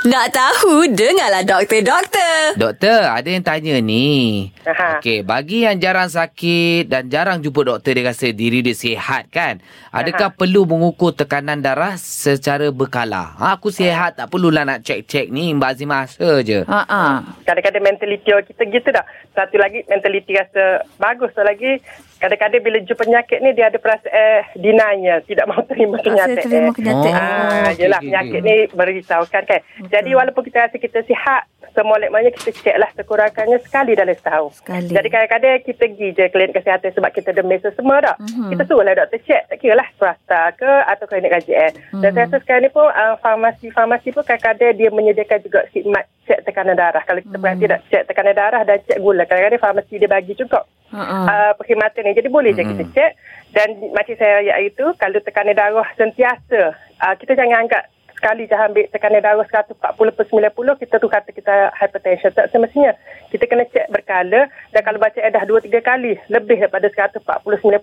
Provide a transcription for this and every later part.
Nak tahu, dengarlah doktor, doktor. Doktor, ada yang tanya ni. Aha. Okey, bagi yang jarang sakit dan jarang jumpa doktor dia rasa diri dia sihat kan? Adakah perlu mengukur tekanan darah secara berkala? Ha, aku sihat tak perlulah nak cek-cek ni Mbak Azimah rasa je. Ha ah. Kadang-kadang mentaliti orang kita gitu tak. Satu lagi mentaliti rasa bagus. Satu lagi kadang-kadang bila jumpa penyakit ni dia ada perasaan eh, denial. Tidak mahu terima eh. Saya kenyataan. terima kenyataan. Ah, Oh, okey, yelah okey, penyakit ni merisaukan kan. Jadi walaupun kita rasa kita sihat, semua lekmannya kita cek lah sekurakannya sekali dalam setahun. Sekali. Jadi kadang-kadang kita pergi je klinik kesihatan sebab kita demam semua dah. Mhm. Mm-hmm. Kita suruh lah doktor cek. Tak kira lah swasta ke atau klinik KJN. Mm-hmm. Mhm. Dan saya rasa sekarang ni pun uh, farmasi-farmasi pun kadang-kadang dia menyediakan juga khidmat cek tekanan darah. Kalau Mhm. kita mm-hmm. berhenti nak cek tekanan darah dan cek gula. Kadang-kadang farmasi dia bagi juga Ha ah. uh, perkhidmatan ni. Jadi boleh je kita cek. Dan macam saya ayat itu, kalau tekanan darah sentiasa, uh, kita jangan anggap sekali je ambil tekanan darah 140 per 90, kita tu kata kita hypertension. Tak semestinya. Kita kena cek berkala dan kalau baca dah 2-3 kali lebih daripada 140 90,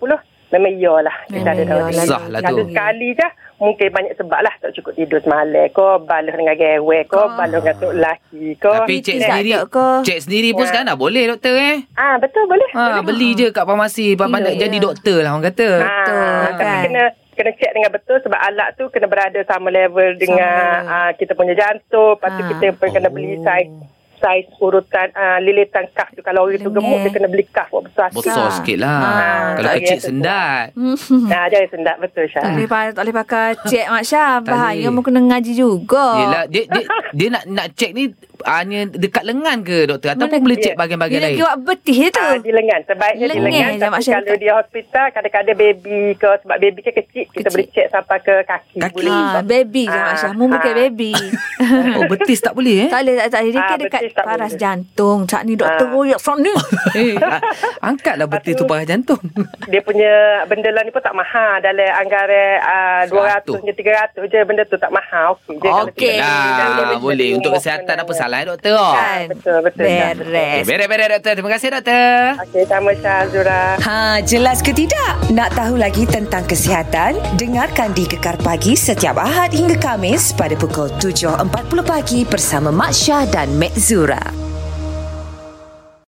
memang iyalah. Ya, Kita ada darah tinggi. Sah lah tu. Kalau sekali je, mungkin banyak sebab lah. Tak cukup tidur semalam ke, balas dengan gewe ke, balas dengan tok lelaki ke. Eh, Tapi cek tak sendiri, ada ke? cek sendiri pun sekarang dah boleh doktor eh. Ah betul Ya. boleh. Ha, lah. beli je kat farmasi, pandai Elok jadi je. doktor lah orang kata. Betul, Ah, tapi kan? kena kena check dengan betul sebab alat tu kena berada sama level dengan level. ah, kita punya jantung. Lepas tu Ah. kita pun kena beli saiz saiz urutan ah, lilitan kaf tu. Kalau orang tu Lengan. gemuk dia kena beli kaf buat besar. Ha, Besar sikit lah. Ah, Kalau tak kecil biasa tu. sendat. Nah, Hmm. jangan Ah, sendak betul Tak Syah. boleh, pa- tak boleh pakai cek Mak Syah. Tak Bahaya boleh. mu kena ngaji juga. Yelah, dia, dia, dia nak nak cek ni hanya dekat lengan ke doktor ataupun Mana- boleh cek Dia bahagian-bahagian nak lain? kira betih tu. Ah, di lengan Sebaiknya di Lengan lengan lah, Mak Tapi Syah kalau letak. dia hospital Kadang-kadang baby ke Sebab baby kan kecil Kita Kecil. boleh cek sampai ke kaki Kaki. boleh. Ah, baby je Ah, Mak Syah. Mu bukan ah. baby. Oh, betis tak boleh eh? tak boleh, tak, tak boleh. Dia Ah, kan dekat betis tak paras boleh. jantung. Cak ni doktor Ah. royak from ni. Eh, ah, angkatlah betis tu parah jantung. dia punya benda lah ni pun tak mahal dalam anggaran uh, 200 Seratus. hingga 300 je benda tu tak mahal okey je kalau Okey. kita beli dalam Lah, benda boleh. tu, Untuk murah kesihatan apa sebenarnya. salah eh doktor? Eh, Kan. Kan? betul, betul. Beres. Beres-beres doktor. Terima kasih doktor. okey sama Syah Zura Ha, jelas ke tidak? Nak tahu lagi tentang kesihatan? Dengarkan di Kekar Pagi setiap Ahad hingga Kamis pada pukul 7.40 pagi bersama Mak Syah dan Mek Zura.